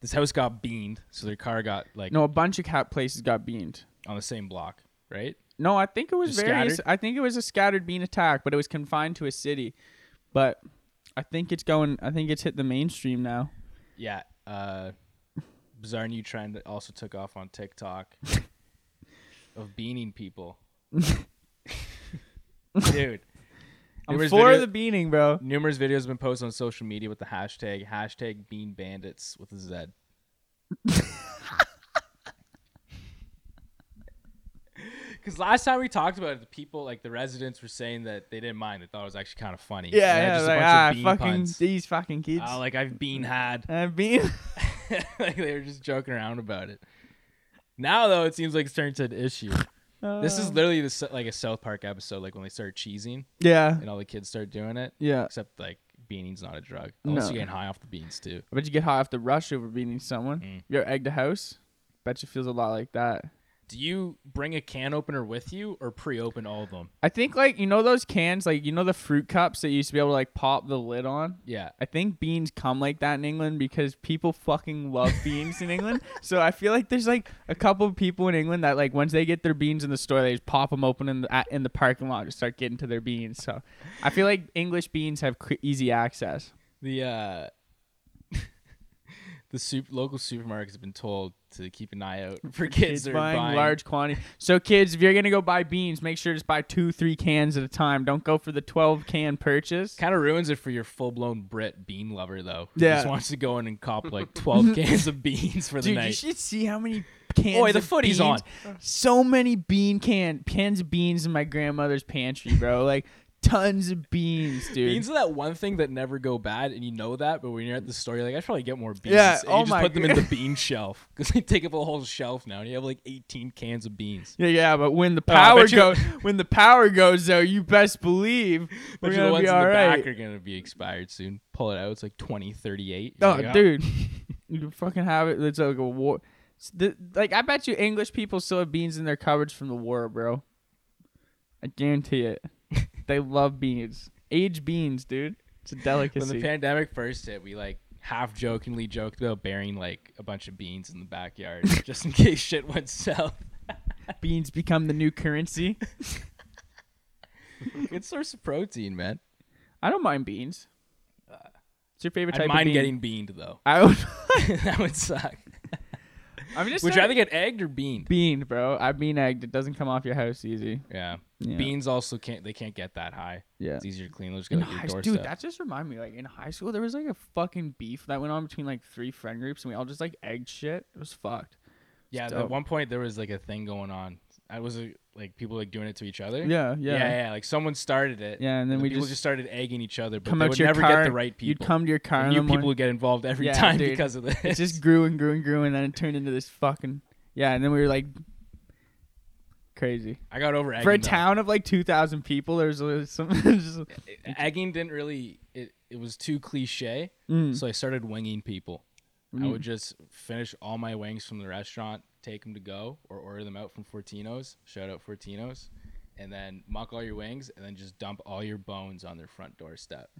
B: this house got beamed, so their car got like
C: no, a bunch of cat places got beaned.
B: on the same block, right?
C: No, I think it was
B: Just
C: various.
B: scattered?
C: I think it was a scattered bean attack, but it was confined to a city. But I think it's going. I think it's hit the mainstream now.
B: Yeah. Uh, bizarre new trend that also took off on TikTok of beaning people. Dude.
C: I'm
B: numerous
C: for
B: video-
C: the beaning, bro.
B: Numerous videos have been posted on social media with the hashtag hashtag bean bandits with a Z. Because last time we talked about it, the people like the residents were saying that they didn't mind; they thought it was actually kind of funny. And then
C: Yeah, yeah.
B: just a
C: Like,
B: bunch of
C: ah,
B: bean
C: fucking
B: puns.
C: these fucking kids.
B: Ah, like I've been had.
C: uh, bean.
B: like they were just joking around about it. Now though, it seems like it's turned to an issue. This
C: Um,
B: is literally the, s- like a South Park episode, like when they start cheesing
C: yeah,
B: and all the kids start doing it.
C: yeah.
B: Except like beaning's not a drug. Unless
C: No.
B: you're getting high off the beans too.
C: I bet you get high off the rush over beating someone.
B: Mm.
C: Your egg to house. Bet you feels a lot like that.
B: Do you bring a can opener with you or pre-open all of them?
C: I think like you know those cans, like you know the fruit cups that you used to be able to like pop the lid on.
B: Yeah.
C: I think beans come like that in England because people fucking love beans in England. So I feel like there's like a couple of people in England that like once they get their beans in the store, they just pop them open in the at, in the parking lot to start getting to their beans. So I feel like English beans have cr- easy access.
B: The uh the soup local supermarkets have been told to keep an eye out for kids,
C: Kids
B: that are
C: buying,
B: buying,
C: large quantity. So kids, if you're gonna go buy beans, make sure to just buy two, three cans at a time. Don't go for the twelve can purchase.
B: Kind of ruins it for your full blown Brit bean lover though. Who
C: Yeah.
B: Just wants to go in and cop like twelve cans of beans for the
C: Dude, you
B: night.
C: should see how many cans.
B: Oi, the
C: of
B: footy's
C: beans- So many bean can cans of beans in my grandmother's pantry, bro. like tons of beans, dude.
B: Beans are that one thing that never go bad, and you know that. But when you're at the store, you're like, I should probably get more beans.
C: Yeah,
B: And
C: oh
B: you just
C: my
B: put them in
C: God.
B: the bean shelf because they take up a whole shelf now, and you have like 18 cans of beans.
C: yeah, yeah, but when the
B: Oh, I
C: power
B: bet you-
C: goes, when the power goes though, you best believe
B: But
C: we're
B: the
C: gonna
B: ones
C: be
B: in
C: all
B: the
C: right.
B: back are gonna be expired soon. Pull it out; it's like 2038. You're
C: Oh,
B: like,
C: dude, you fucking have it. It's like a war. it's the- like I bet you English people still have beans in their cupboards from the war, bro. I guarantee it. they love beans, aged beans, dude. It's a
B: When
C: delicacy.
B: the pandemic first hit, we like half jokingly joked about burying like a bunch of beans in the backyard just in case shit went south.
C: beans become the new currency.
B: Good source of protein, man.
C: I don't mind beans. It's your favorite
B: I
C: type of
B: mind
C: bean.
B: getting beaned though.
C: I would.
B: that would suck.
C: I'm just.
B: Would you
C: saying-
B: rather get egged or beaned?
C: bean, bro. I bean egged. It doesn't come off your house easy.
B: Yeah.
C: Yeah.
B: Beans also can't they can't get that high.
C: Yeah.
B: It's easier to clean. They'll just go
C: In
B: to your
C: high,
B: doorstep.
C: dude, that just reminded me. Like in high school, there was like a fucking beef that went on between like three friend groups, and we all just like egged shit. It was fucked.
B: yeah,
C: it's
B: at
C: dope.
B: one point there was like a thing going on. I was uh, like people like doing it to each other.
C: Yeah, yeah,
B: Yeah, yeah. Like someone started it.
C: Yeah, and then we
B: people
C: just-
B: just started egging each other, but
C: Come
B: they
C: out
B: would
C: your
B: never
C: car.
B: get the right people.
C: You'd come to your car.
B: and
C: in
B: new
C: the
B: people
C: morning-
B: would get involved every
C: Yeah,
B: time
C: dude.
B: because of this.
C: It just grew and grew and grew, and then it turned into this fucking. Yeah, and then we were like crazy.
B: I got over egging.
C: For a
B: though.
C: town of like two thousand people, there was uh, some. just,
B: egging didn't really it, it was too cliche.
C: Mm.
B: So I started winging people. I would just finish all my wings from the restaurant, take them to go, or order them out from Fortino's. Shout out Fortino's, and then muck all your wings, and then just dump all your bones on their front doorstep.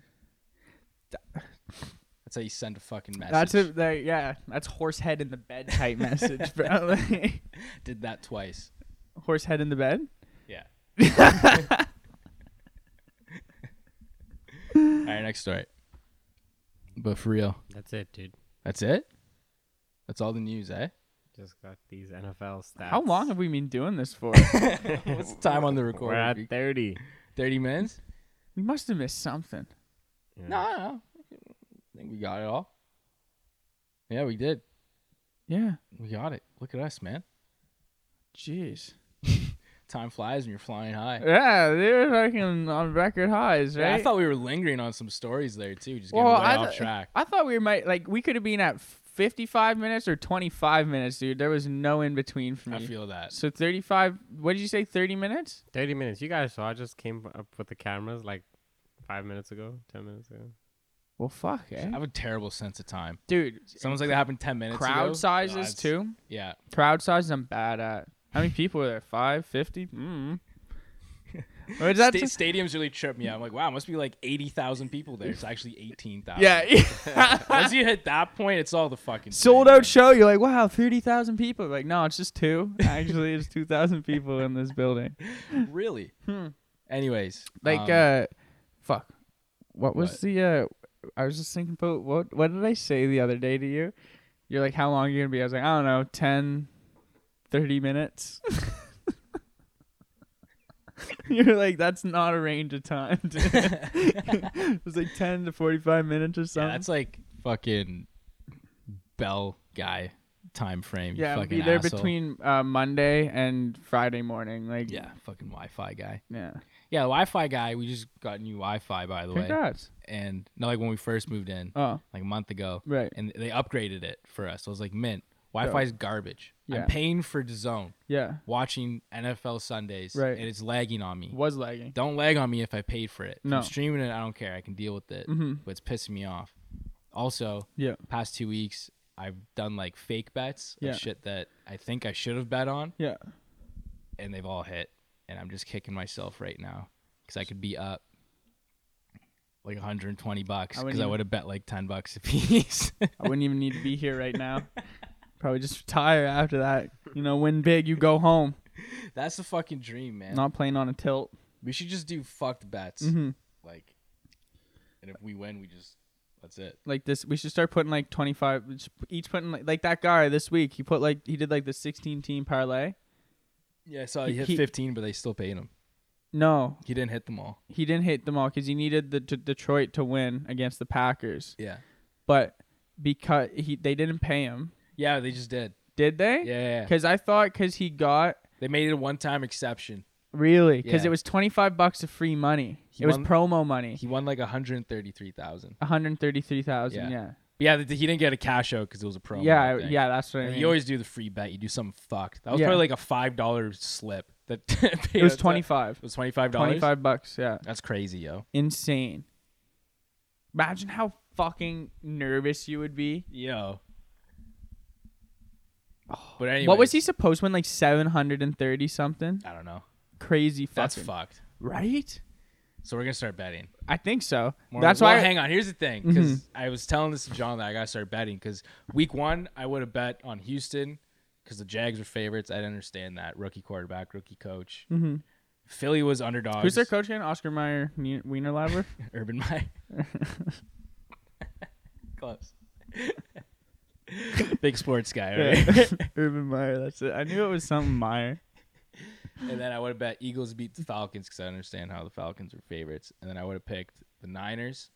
B: That's how you send a fucking message.
C: That's a that, yeah. That's horse head in the bed type message, bro. Like,
B: Did that twice.
C: horse head in the bed.
B: Yeah. all right, next story. But for real,
D: That's it, dude.
B: that's it. That's all the news, eh?
D: Just got these NFL stats.
C: How long have we been doing this for?
B: What's the time on the
D: We're at
B: recorder?
D: thirty.
B: Thirty minutes.
C: we must have missed something.
B: No, no, no. I think we got it all. Yeah, we did.
C: Yeah.
B: We got it. Look at us, man.
C: Jeez.
B: Time flies when you're flying high.
C: Yeah, they were fucking on record highs, right?
B: Yeah, I thought we were lingering on some stories there too, just getting
C: Well,
B: way
C: I
B: off
C: th-
B: track.
C: I thought we might like we could have been at fifty-five minutes or twenty-five minutes, dude. There was no in between for me.
B: I feel that.
C: so thirty-five. What did you say? Thirty minutes?
D: Thirty minutes. You guys saw. I just came up with the cameras like five minutes ago, ten minutes ago.
C: Well, fuck, eh?
B: I have a terrible sense of time.
C: Dude,
B: Someone's like that happened ten minutes.
C: crowd
B: ago.
C: sizes
B: Gods.
C: too.
B: Yeah,
C: Crowd sizes I'm bad at. How many people are there? Five, fifty? Mm. What is that?
B: Sta-
C: t-
B: stadiums really trip me. out. I'm like, wow, it must be like eighty thousand people there. It's actually eighteen thousand.
C: yeah.
B: Once you hit that point, it's all the fucking
C: Sold
B: same.
C: out show. You're like, wow, thirty thousand people. Like, no, it's just two. Actually, it's two thousand people in this building.
B: Really. Anyways,
C: Hmm. Like,
B: um,
C: uh, fuck. What was
B: what?
C: the? uh I was just thinking about what. What did I say the other day to you? You're like, how long are you gonna be? I was like, I don't know, 10, 30 minutes. You're like, that's not a range of time. Dude. it was like ten to forty-five minutes or
B: yeah,
C: something.
B: that's like fucking bell guy time frame. you
C: Yeah,
B: fucking
C: be there
B: asshole.
C: between uh, Monday and Friday morning. Like,
B: yeah, fucking Wi-Fi guy.
C: yeah.
B: Yeah, the Wi-Fi guy. We just got new Wi-Fi by the way,
C: Congrats.
B: and no, like when we first moved in,
C: Oh,
B: like a month ago,
C: right.
B: and they upgraded it for us. So I was like, mint. Wi-Fi is garbage.
C: Yeah.
B: I'm paying for DAZN,
C: Yeah,
B: watching NFL Sundays,
C: Right.
B: and it's lagging on me.
C: was lagging.
B: Don't lag on me if I paid for it. If
C: No.
B: I'm streaming it, I don't care. I can deal with it.
C: Mhm.
B: But it's pissing me off. Also,
C: Yeah.
B: past two weeks, I've done like fake bets
C: Yeah.
B: of shit that I think I should have bet on,
C: Yeah.
B: and they've all hit. And I'm just kicking myself right now because I could be up like 120 bucks
C: I
B: because
C: wouldn't
B: I
C: even-
B: would have bet like 10 bucks a piece.
C: I wouldn't even need to be here right now. Probably just retire after that. You know, win big, you go home.
B: That's the fucking dream, man.
C: Not playing on a tilt.
B: We should just do fucked bets.
C: hmm
B: Like, and if we win, we just that's it.
C: Like this, we should start putting like twenty five each. Putting like, like that guy this week. He put like he did like the sixteen team parlay.
B: Yeah, I saw
C: He-
B: he hit
C: he-
B: 15, but they still paid him.
C: No,
B: He didn't hit them all.
C: he didn't hit them all because he needed the D- Detroit to win against the Packers.
B: Yeah.
C: But because he they didn't pay him,
B: Yeah, they just did.
C: did they?
B: Yeah, yeah, yeah.
C: Because I thought because he got
B: They made it a one-time exception.
C: Really? Because
B: Yeah.
C: it was twenty five bucks of free money.
B: He
C: it was
B: won-
C: promo money.
B: He won like 133,000.
C: One hundred thirty three
B: Yeah.
C: thousand. Yeah.
B: But Yeah, th- he didn't get a cash out because it was a promo.
C: Yeah.
B: I
C: I- Yeah.
B: think.
C: that's what I
B: And
C: mean.
B: You always do the free bet. You do something fucked. That was
C: Yeah.
B: probably like a five dollar slip. That
C: it was twenty five.
B: It was twenty five
C: Twenty
B: dollars.
C: five bucks. Yeah.
B: That's crazy, yo.
C: Insane. Imagine how fucking nervous you would be.
B: Yo. But anyway,
C: What was he supposed to win? Like seven hundred and thirty something.
B: I don't know.
C: Crazy fucking.
B: That's fucked.
C: right.
B: So we're gonna start betting.
C: I think so.
B: More-
C: that's
B: well,
C: why. Mm-hmm.
B: Hang on. Here's the thing, because I was telling this to John that I gotta start betting. Because week one, I would have bet on Houston because the Jags were favorites. I didn't understand that rookie quarterback, rookie coach.
C: hmm
B: Philly was underdogs.
C: Who's their coach again? Oscar Meyer Ne- Wienerlauer.
B: Urban Meyer. Close. Big sports guy, right?
C: Yeah. Urban Meyer. That's it. I knew it was something Meyer.
B: and then I would have bet Eagles beat the Falcons because I understand how the Falcons were favorites. And then I would have picked the Niners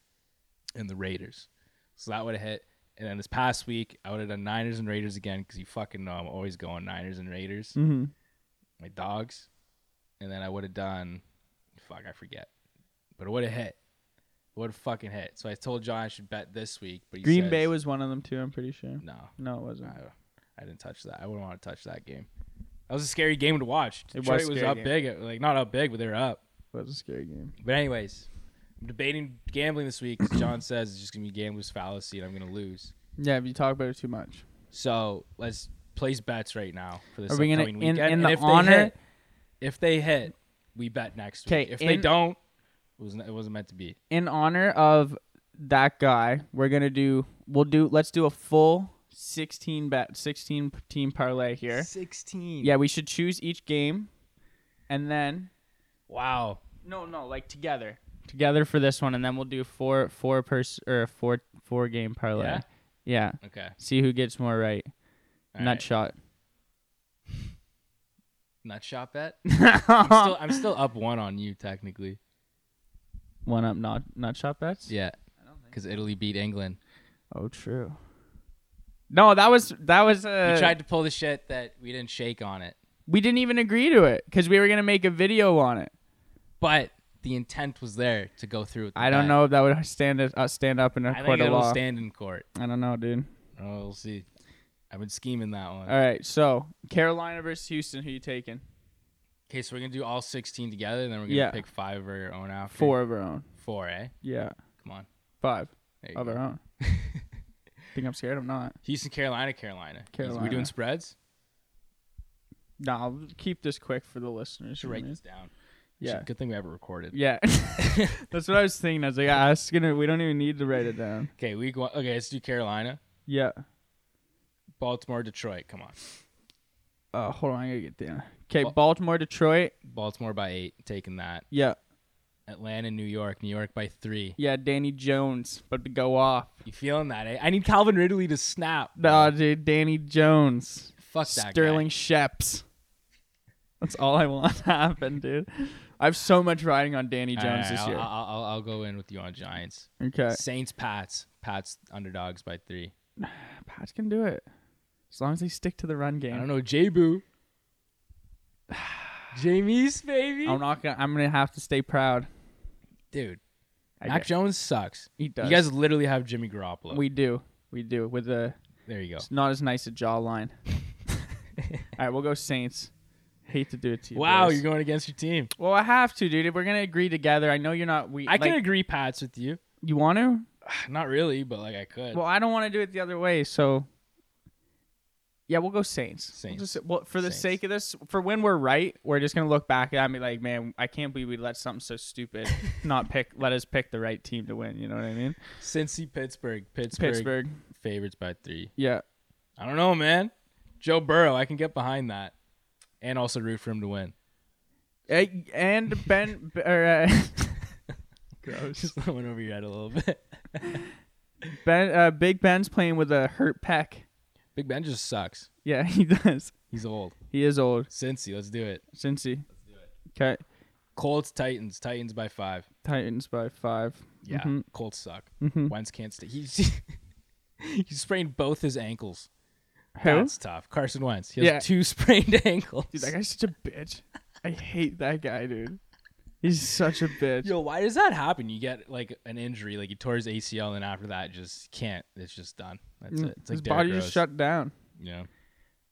B: and the Raiders. So that would have hit. And then this past week, I would have done Niners and Raiders again because you fucking know I'm always going Niners and Raiders,
C: Mm-hmm.
B: my dogs. And then I would have done, fuck, I forget. But it would have hit. It would have fucking hit. So I told John I should bet this week. But he
C: Green
B: says-
C: Bay was one of them too. I'm pretty sure.
B: No.
C: No, it wasn't.
B: I, I didn't touch that. I wouldn't want to touch that game. That was a scary game to watch.
C: It was
B: Detroit
C: a
B: was,
C: scary
B: up
C: game.
B: big, at- like not up big, but they were up.
C: It was a scary game.
B: But anyways, I'm debating gambling this week. 'cause John says it's just gonna be gambler's fallacy, and I'm gonna lose.
C: Yeah, if you talk about it too much.
B: So let's place bets right now for this
C: Are we gonna-
B: upcoming
C: in-
B: weekend. And
C: in the
B: if they
C: honor-
B: hit- if they hit, we bet next week.
C: 'Kay,
B: If they
C: in-
B: don't, it wasn't, it wasn't meant to be.
C: In honor of that guy, we're gonna do. We'll do. Let's do a full sixteen bet, sixteen p- team parlay here.
B: Sixteen.
C: Yeah, we should choose each game, and then
B: Wow.
C: no, no, like together, together for this one, and then we'll do four, four person or four, four game parlay.
B: Yeah?
C: Yeah.
B: Okay.
C: See who gets more right.
B: All
C: Nut
B: right.
C: shot.
B: Nut shot bet. I'm still, I'm still up one on you technically.
C: one up. Not nut shot bets.
B: Yeah. Because Italy beat England.
C: Oh, true. No, that was that was. Uh,
B: we tried to pull the shit that we didn't shake on it,
C: We didn't even agree to it because we were gonna make a video on it.
B: but the intent was there to go through. With the
C: I don't
B: bet.
C: know if that would stand as- uh, stand up in a
B: I
C: court
B: think
C: of
B: it'll
C: law.
B: stand in court.
C: I don't know, dude.
B: Oh, we'll see. I've been scheming that one.
C: All right, so Carolina versus Houston, who you taking?
B: Okay, so we're gonna do all sixteen together, and then we're gonna
C: Yeah.
B: pick five of our own after.
C: Four of our own.
B: Four, eh?
C: Yeah,
B: Come on.
C: five.
B: There you
C: of
B: go.
C: our own. Think I'm scared? I'm not.
B: Houston, Carolina, Carolina. Carolina. we doing
C: Carolina.
B: spreads?
C: Nah, I'll keep this quick for the listeners.
B: Should
C: you know
B: write
C: what I mean?
B: this down.
C: Yeah.
B: Shit, Good thing we have it recorded.
C: Yeah, that's what I was thinking. I was like, ah, it's gonna. We don't even need to write it down.
B: Okay, we go. Okay, let's do Carolina,
C: Yeah.
B: Baltimore, Detroit. Come on,
C: Uh, hold on, I gotta get down. Okay,
B: Ba-
C: Baltimore, Detroit.
B: Baltimore by eight, taking that.
C: Yeah,
B: Atlanta, New York, New York by three.
C: yeah. Danny Jones about to go off.
B: You feeling that? Eh? I need Calvin Ridley to snap.
C: Nah, dude, Danny Jones,
B: Fuck that guy.
C: Sterling Sheps. That's all I want to happen, dude. I have so much riding on Danny
B: All right,
C: Jones this
B: I'll,
C: year.
B: I'll, I'll, I'll go in with you on Giants.
C: okay,
B: Saints, Pats, Pats underdogs by three.
C: Pats can do it as long as they stick to the run game.
B: I don't know, J Boo. Jamie's baby.
C: I'm not gonna. I'm gonna have to stay proud.
B: Dude,
C: I
B: Mac
C: guess.
B: Jones sucks.
C: he does.
B: You guys literally have Jimmy Garoppolo.
C: we do. We do with the
B: there you go.
C: It's not as nice a jawline. All right, we'll go Saints. Hate to do it to you.
B: Wow,
C: boys.
B: you're going against your team.
C: well, I have to, dude. If We're gonna agree together. I know you're not. We.
B: I can
C: like,
B: agree, Pats, with you.
C: You want to?
B: Not really, but like I could.
C: Well, I don't want to do it the other way. So. Yeah, we'll go Saints. We'll
B: Saints.
C: just- well, for the
B: Saints.
C: sake of this, for when we're right, we're just gonna look back at me like, man, I can't believe we let something so stupid not pick. Let us pick the right team to win. You know what I mean?
B: Cincy, Pittsburgh, Pittsburgh,
C: Pittsburgh.
B: favorites by three.
C: Yeah.
B: I don't know, man. Joe Burrow, I can get behind that, and also root for him to win.
C: Hey, And Ben. or, uh, Gross.
B: Just went over your head a little bit.
C: Ben. Uh, Big Ben's playing with a hurt pec.
B: Big Ben just sucks.
C: Yeah, he does.
B: He's old.
C: He is old.
B: Cincy, let's do it.
C: Cincy. Okay.
B: Colts, Titans, Titans by five.
C: Titans by five.
B: Yeah,
C: Mhm.
B: Colts suck.
C: Mhm.
B: Wentz can't stay. He's he sprained both his ankles.
C: Who?
B: That's tough. Carson Wentz. He has
C: Yeah.
B: two sprained ankles.
C: Dude, that guy's such a bitch. I hate that guy, dude. He's such a bitch.
B: Yo, why does that happen? You get like an injury, like he tore his ACL, and after that, just can't. It's just done. That's
C: Mm,
B: it. It's like
C: His
B: Derrick
C: body
B: Rose.
C: just shut down.
B: Yeah,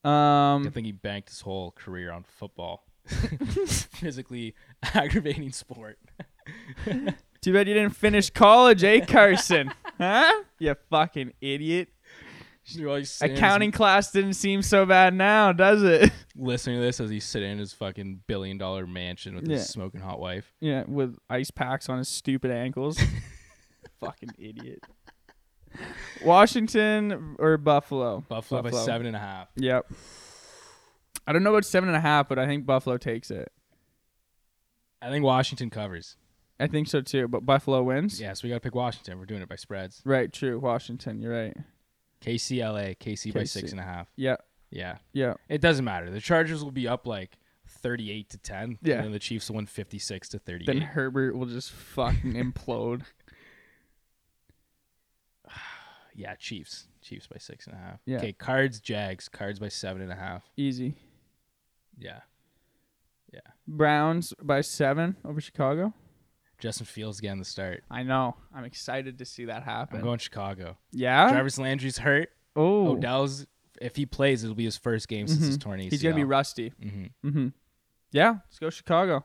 B: I
C: Um,
B: think he banked his whole career on football. Physically aggravating sport.
C: too bad you didn't finish college, eh, Carson? huh? You fucking idiot.
B: You're always sitting in his-
C: Accounting class didn't seem so bad now, does it?
B: Listening to this as he's sitting in his fucking billion dollar mansion with
C: Yeah.
B: his smoking hot wife.
C: Yeah, with ice packs on his stupid ankles. Fucking idiot. Washington or Buffalo?
B: Buffalo, by seven and a half.
C: Yep. I don't know about seven and a half, but I think Buffalo takes it.
B: I think Washington covers.
C: I think so too, but Buffalo wins.
B: Yeah, so we got to pick Washington. We're doing it by spreads.
C: Right, true. Washington, you're right.
B: KCLA, KC, by
C: KC.
B: six and a half.
C: Yeah,
B: Yeah.
C: yeah.
B: It doesn't matter. The Chargers will be up like 38 to 10.
C: Yeah.
B: And then the Chiefs will win 56 to 38.
C: Then Herbert will just fucking implode.
B: yeah, Chiefs. Chiefs by six and a half.
C: Yeah.
B: Okay, Cards, Jags. Cards by seven and a half.
C: Easy.
B: Yeah.
C: Browns by seven over Chicago.
B: Justin Fields getting the start.
C: I know. I'm excited to see that
B: I'm
C: happen.
B: going Chicago.
C: yeah.
B: Travis Landry's hurt.
C: Oh,
B: Odell's, if he plays, it'll be his first game since his torn ACL.
C: Mm-hmm. he's gonna be rusty.
B: Mm-hmm.
C: Mm-hmm. Yeah, let's go Chicago.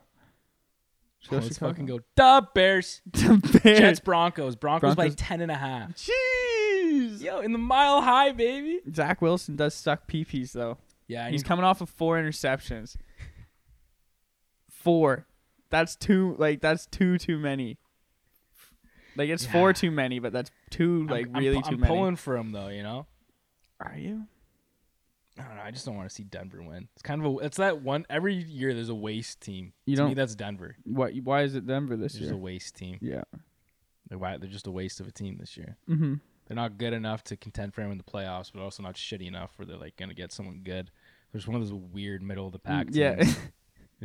C: Let's go
B: Let's
C: Chicago.
B: fucking go. Duh, Bears.
C: The Bears.
B: Jets, Broncos. Broncos by
C: Broncos.
B: 10 and a half.
C: Jeez.
B: Yo, in the mile high, baby.
C: Zach Wilson does suck peepees though.
B: Yeah, and
C: He's
B: he's
C: coming off of four interceptions. Four. That's too like that's too too many. Like it's four
B: Yeah.
C: too many, but that's two like
B: I'm,
C: really
B: I'm,
C: too
B: I'm
C: many.
B: pulling for him though, you know.
C: Are you?
B: I don't know. I just don't want to see Denver win. It's kind of a. It's that one every year. There's a waste team.
C: You
B: to me,
C: don't-
B: that's Denver.
C: What? Why is it Denver this
B: It's just a
C: year?
B: waste team.
C: Yeah.
B: Like, why? They're just a waste of a team this year.
C: Mm-hmm.
B: They're not good enough to contend for him in the playoffs, but also not shitty enough where they're like gonna get someone good. There's one of those weird middle of the pack. Teams.
C: Yeah.
B: I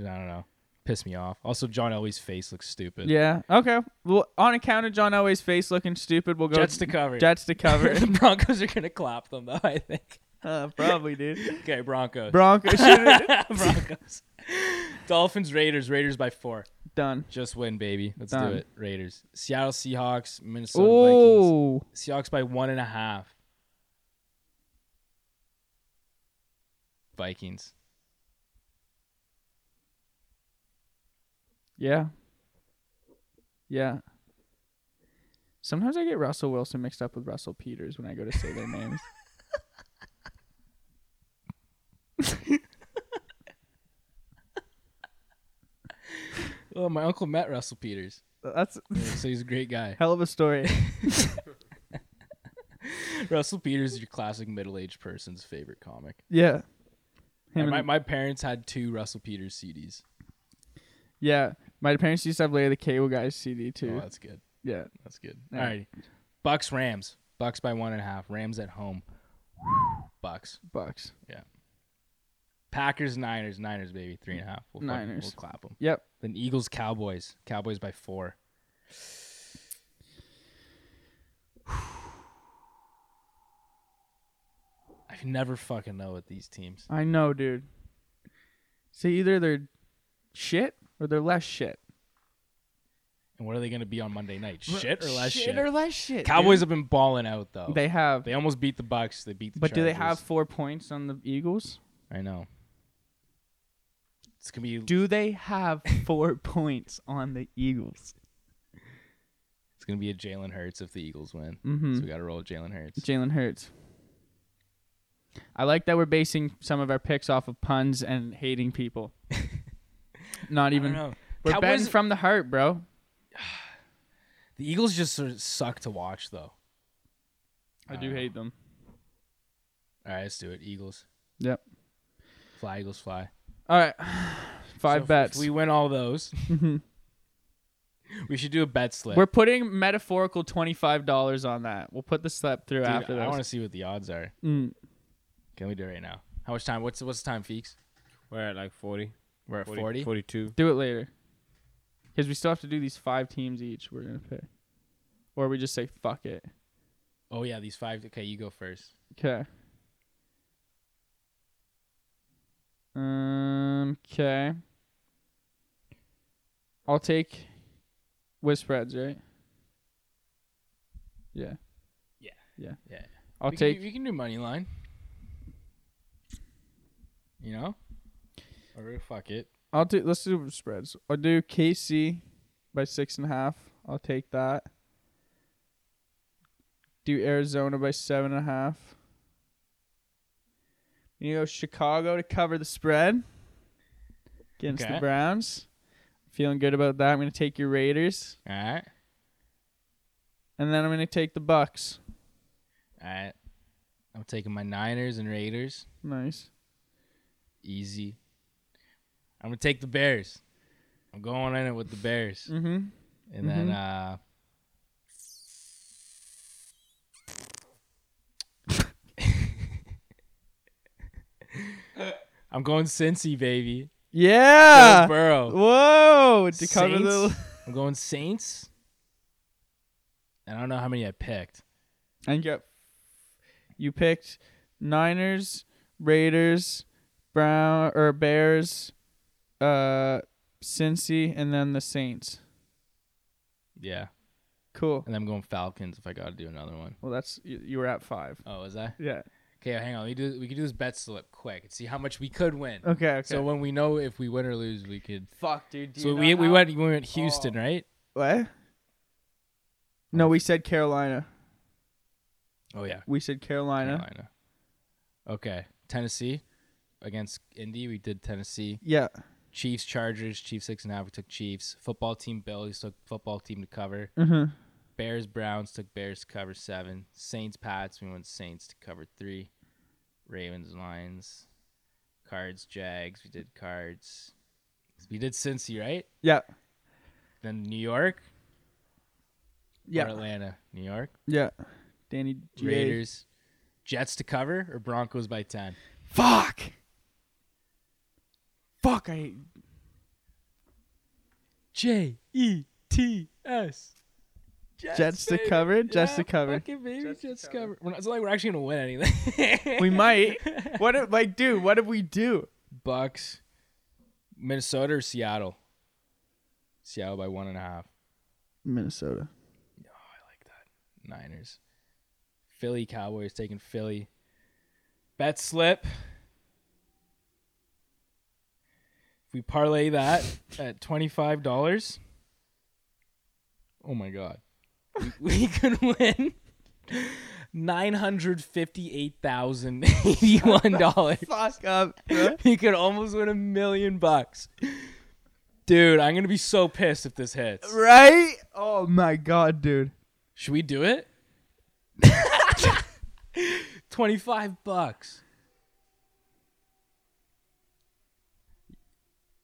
B: don't know. Piss me off. Also, John Elway's face looks stupid.
C: yeah. Okay. Well, on account of John Elway's face looking stupid, we'll go
B: Jets to cover.
C: Jets to cover.
B: the Broncos are gonna clap them though. I think.
C: Uh, probably, dude.
B: Okay, Broncos.
C: Broncos
B: Broncos. Dolphins, Raiders, Raiders by four.
C: done.
B: Just win, baby. Let's
C: Done.
B: do it. Raiders. Seattle Seahawks, Minnesota Vikings.
C: Oh,
B: Seahawks by one and a half. Vikings.
C: yeah, yeah. Sometimes I get Russell Wilson mixed up with Russell Peters when I go to say their names.
B: Oh, my uncle met Russell Peters,
C: That's
B: Yeah, so he's a great guy.
C: hell of a story.
B: Russell Peters is your classic middle-aged person's favorite comic.
C: Yeah.
B: Like,
C: Him
B: my,
C: and-
B: my parents had two Russell Peters CDs.
C: yeah. My parents used to have Larry the Cable Guy's CD
B: Oh,
C: too.
B: that's good.
C: yeah.
B: That's good. All
C: Yeah.
B: right, Bucks Rams. Bucks by one and a half. Rams at home. Bucks.
C: Bucks.
B: Packers Niners. Niners baby three and a half. We'll fucking-
C: Niners.
B: We'll clap them.
C: Yep.
B: Then Eagles Cowboys. Cowboys by four. I never fucking know with these teams.
C: I know, dude. So either they're shit or they're less shit.
B: And what are they going to be on Monday night? Shit or less shit?
C: or less shit.
B: Cowboys have been balling out though.
C: They have.
B: They almost beat the Bucks. They beat the.
C: but do they have
B: Chargers.
C: four points on the Eagles?
B: I know. It's gonna be.
C: Do they have four points on the Eagles?
B: It's gonna be a Jalen Hurts if the Eagles win.
C: Mhm.
B: So we gotta roll with Jalen Hurts.
C: Jalen Hurts. I like that we're basing some of our picks off of puns and hating people. Not
B: I don't
C: even.
B: know.
C: We're betting
B: Cowboys-
C: from the heart, bro.
B: The Eagles just sort of suck to watch though.
C: I do hate them.
B: All right, let's do it. Eagles
C: Yep.
B: fly. Eagles fly.
C: All right. Five
B: So if-
C: bets. Mm-hmm.
B: If we win all those. we should do a bet slip.
C: We're putting metaphorical twenty-five dollars on that. We'll put the slap through
B: Dude,
C: after
B: I
C: this.
B: want to see what the odds are.
C: Mm.
B: Can we do it right now? How much time? What's what's the time, Feeks?
D: We're at like 40.
B: We're at
D: 40,
B: forty.
D: 42.
C: Do it later, because we still have to do these five teams each. We're gonna pick, or we just say fuck it.
B: Oh yeah, these five. Okay, you go first.
C: Okay. Um. Okay. I'll take with spreads, right? Yeah.
B: Yeah.
C: Yeah.
B: Yeah.
C: I'll
B: we
C: take.
B: Can do, we can do money line. You know, or fuck it.
C: I'll do. Let's do spreads. I'll do KC by six and a half. I'll take that. Do Arizona by seven and a half. You know Chicago to cover the spread against
B: Okay.
C: the Browns. Feeling good about that. I'm gonna take your Raiders,
B: All right,
C: and then I'm gonna take the Bucks.
B: all right. I'm taking my Niners and Raiders.
C: Nice.
B: Easy. I'm gonna take the Bears. I'm going in it with the Bears,
C: Mm-hmm.
B: and then uh. I'm going Cincy, baby. Joe
C: Yeah.
B: Burrow.
C: Whoa. To cover the.
B: Saints? I'm going Saints. And I don't know how many I picked.
C: And you, you picked Niners, Raiders, Brown or Bears, uh, Cincy, and then the Saints.
B: Yeah.
C: Cool.
B: And I'm going Falcons if I got to do another one.
C: Well, that's you, you were at five.
B: Oh, was I?
C: Yeah.
B: Okay, hang on. We do we can do this bet slip quick and see how much we could win.
C: Okay. Okay.
B: So when we know if we win or lose, we could.
C: fuck, dude. do
B: So
C: you
B: we
C: know
B: we
C: how- Oh.
B: went we went Houston, right?
C: What? No, we said Carolina.
B: Oh yeah,
C: We said Carolina.
B: Carolina. Okay, Tennessee against Indy. We did Tennessee.
C: Yeah.
B: Chiefs, Chargers, Chiefs six and a half. We took Chiefs. Football team Bills took football team to cover.
C: Mm-hmm.
B: Bears Browns took Bears to cover seven. Saints Pats we went Saints to cover three. Ravens Lions, Cards Jags we did Cards. We did Cincy right.
C: Yeah.
B: Then New York or
C: Yeah.
B: Atlanta. New York
C: Yeah. Danny G.
B: Raiders, Jets to cover or Broncos by ten.
C: Fuck. Fuck. I.
B: J E T S.
C: Jets to cover. Jets to cover.
B: Fucking baby, Jets, to cover. We're not, it's not like we're actually gonna win anything.
C: we might. What if, like, dude? What did we do?
B: Bucks, Minnesota or Seattle? Seattle by one and a half.
C: Minnesota.
B: Niners. Philly Cowboys taking Philly. Bet slip. If we parlay that at twenty five dollars. Oh my god. we could win nine hundred fifty-eight thousand eighty-one dollars.
C: Fuck up. bro.
B: He could almost win a million bucks. Dude, I'm gonna be so pissed if this hits.
C: right? Oh my god, dude.
B: Should we do it? Twenty-five bucks.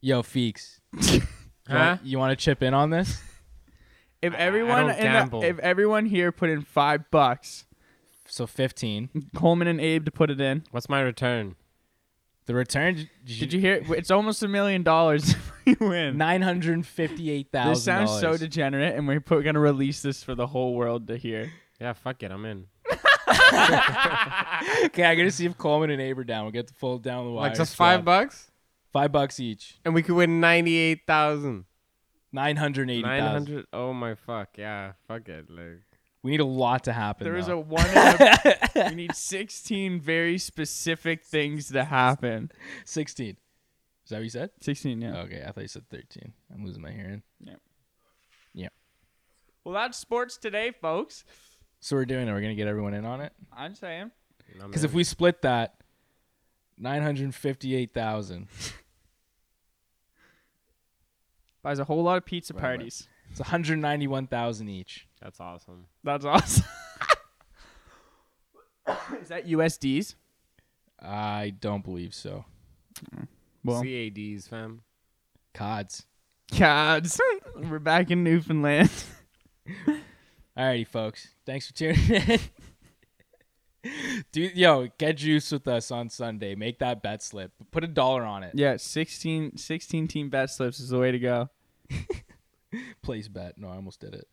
B: Yo, Feeks. You
D: Huh?
B: want- You want to chip in on this?
C: If
D: I- I
C: everyone in
D: don't
C: the,
D: gamble.
C: if everyone here put in five bucks,
B: So fifteen.
C: Coleman and Abe to put it in.
D: What's my return?
B: The return. Did you,
C: Did you hear? it? It's almost a million dollars if we win.
B: Nine hundred fifty-eight thousand.
C: This sounds so degenerate, and we're put, gonna release this for the whole world to hear.
D: Yeah, fuck it, I'm in.
B: Okay, I gotta see if Coleman and Abe are down. We'll get the full down the wire.
D: Like just five
B: bucks.
D: bucks,
B: Five bucks each.
D: and we could win ninety-eight thousand.
B: Nine hundred eighty
D: Nine
B: thousand.
D: hundred. Oh my fuck! Yeah, fuck it. Like
B: We need a lot to happen.
C: There is a
B: though.
C: one. In a, we need sixteen very specific things to happen.
B: sixteen. Is that what you said?
C: Sixteen, yeah.
B: Okay, I thought you said thirteen. I'm losing my hearing.
C: Well, that's sports today, folks.
B: So we're doing it. We're gonna get everyone in on it.
C: I'm saying.
D: I'm
B: Because if
D: in.
B: we split that, nine hundred fifty-eight thousand.
C: Buys a whole lot of pizza
B: wait.
C: parties.
B: It's one hundred ninety-one thousand each.
D: that's awesome.
C: That's awesome. Is that USDs?
B: I don't believe so.
C: Well,
D: CADs, fam.
B: Cods.
C: cards. We're back in Newfoundland.
B: Alrighty, folks. Thanks for tuning in. Dude, yo, get juice with us on Sunday. Make that bet slip. Put a dollar on it.
C: yeah, 16, 16 team bet slips is the way to go.
B: Place bet. No, I almost did it.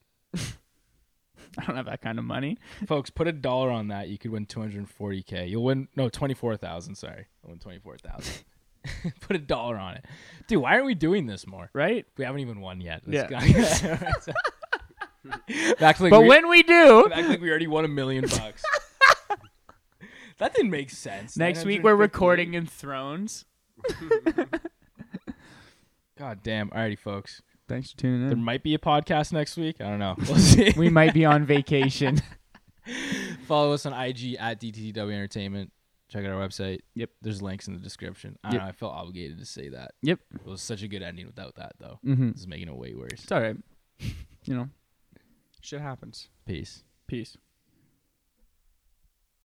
C: I don't have that kind of money.
B: folks, put a dollar on that. You could win 240k. You'll win no 24,000. Sorry, I win 24,000. put a dollar on it, dude. Why aren't we doing this more?
C: Right?
B: We haven't even won yet.
C: Yeah.
B: Back like
C: But
B: we,
C: when we do,
B: act like we already won a million bucks. that didn't make sense.
C: next week we're
B: 958.
C: recording in Thrones.
B: God damn. Alrighty, folks.
C: Thanks for tuning
B: There might be a podcast next week. I don't know. We'll see.
C: We might be on vacation.
B: Follow us on IG at DTTW Entertainment. Check out our website.
C: Yep.
B: There's links in the description. I
C: Yep.
B: don't know. I felt obligated to say that.
C: Yep.
B: It was such a good ending without that, though.
C: Mm-hmm.
B: This is making it way worse.
C: It's all right. You know, shit happens.
B: Peace.
C: Peace.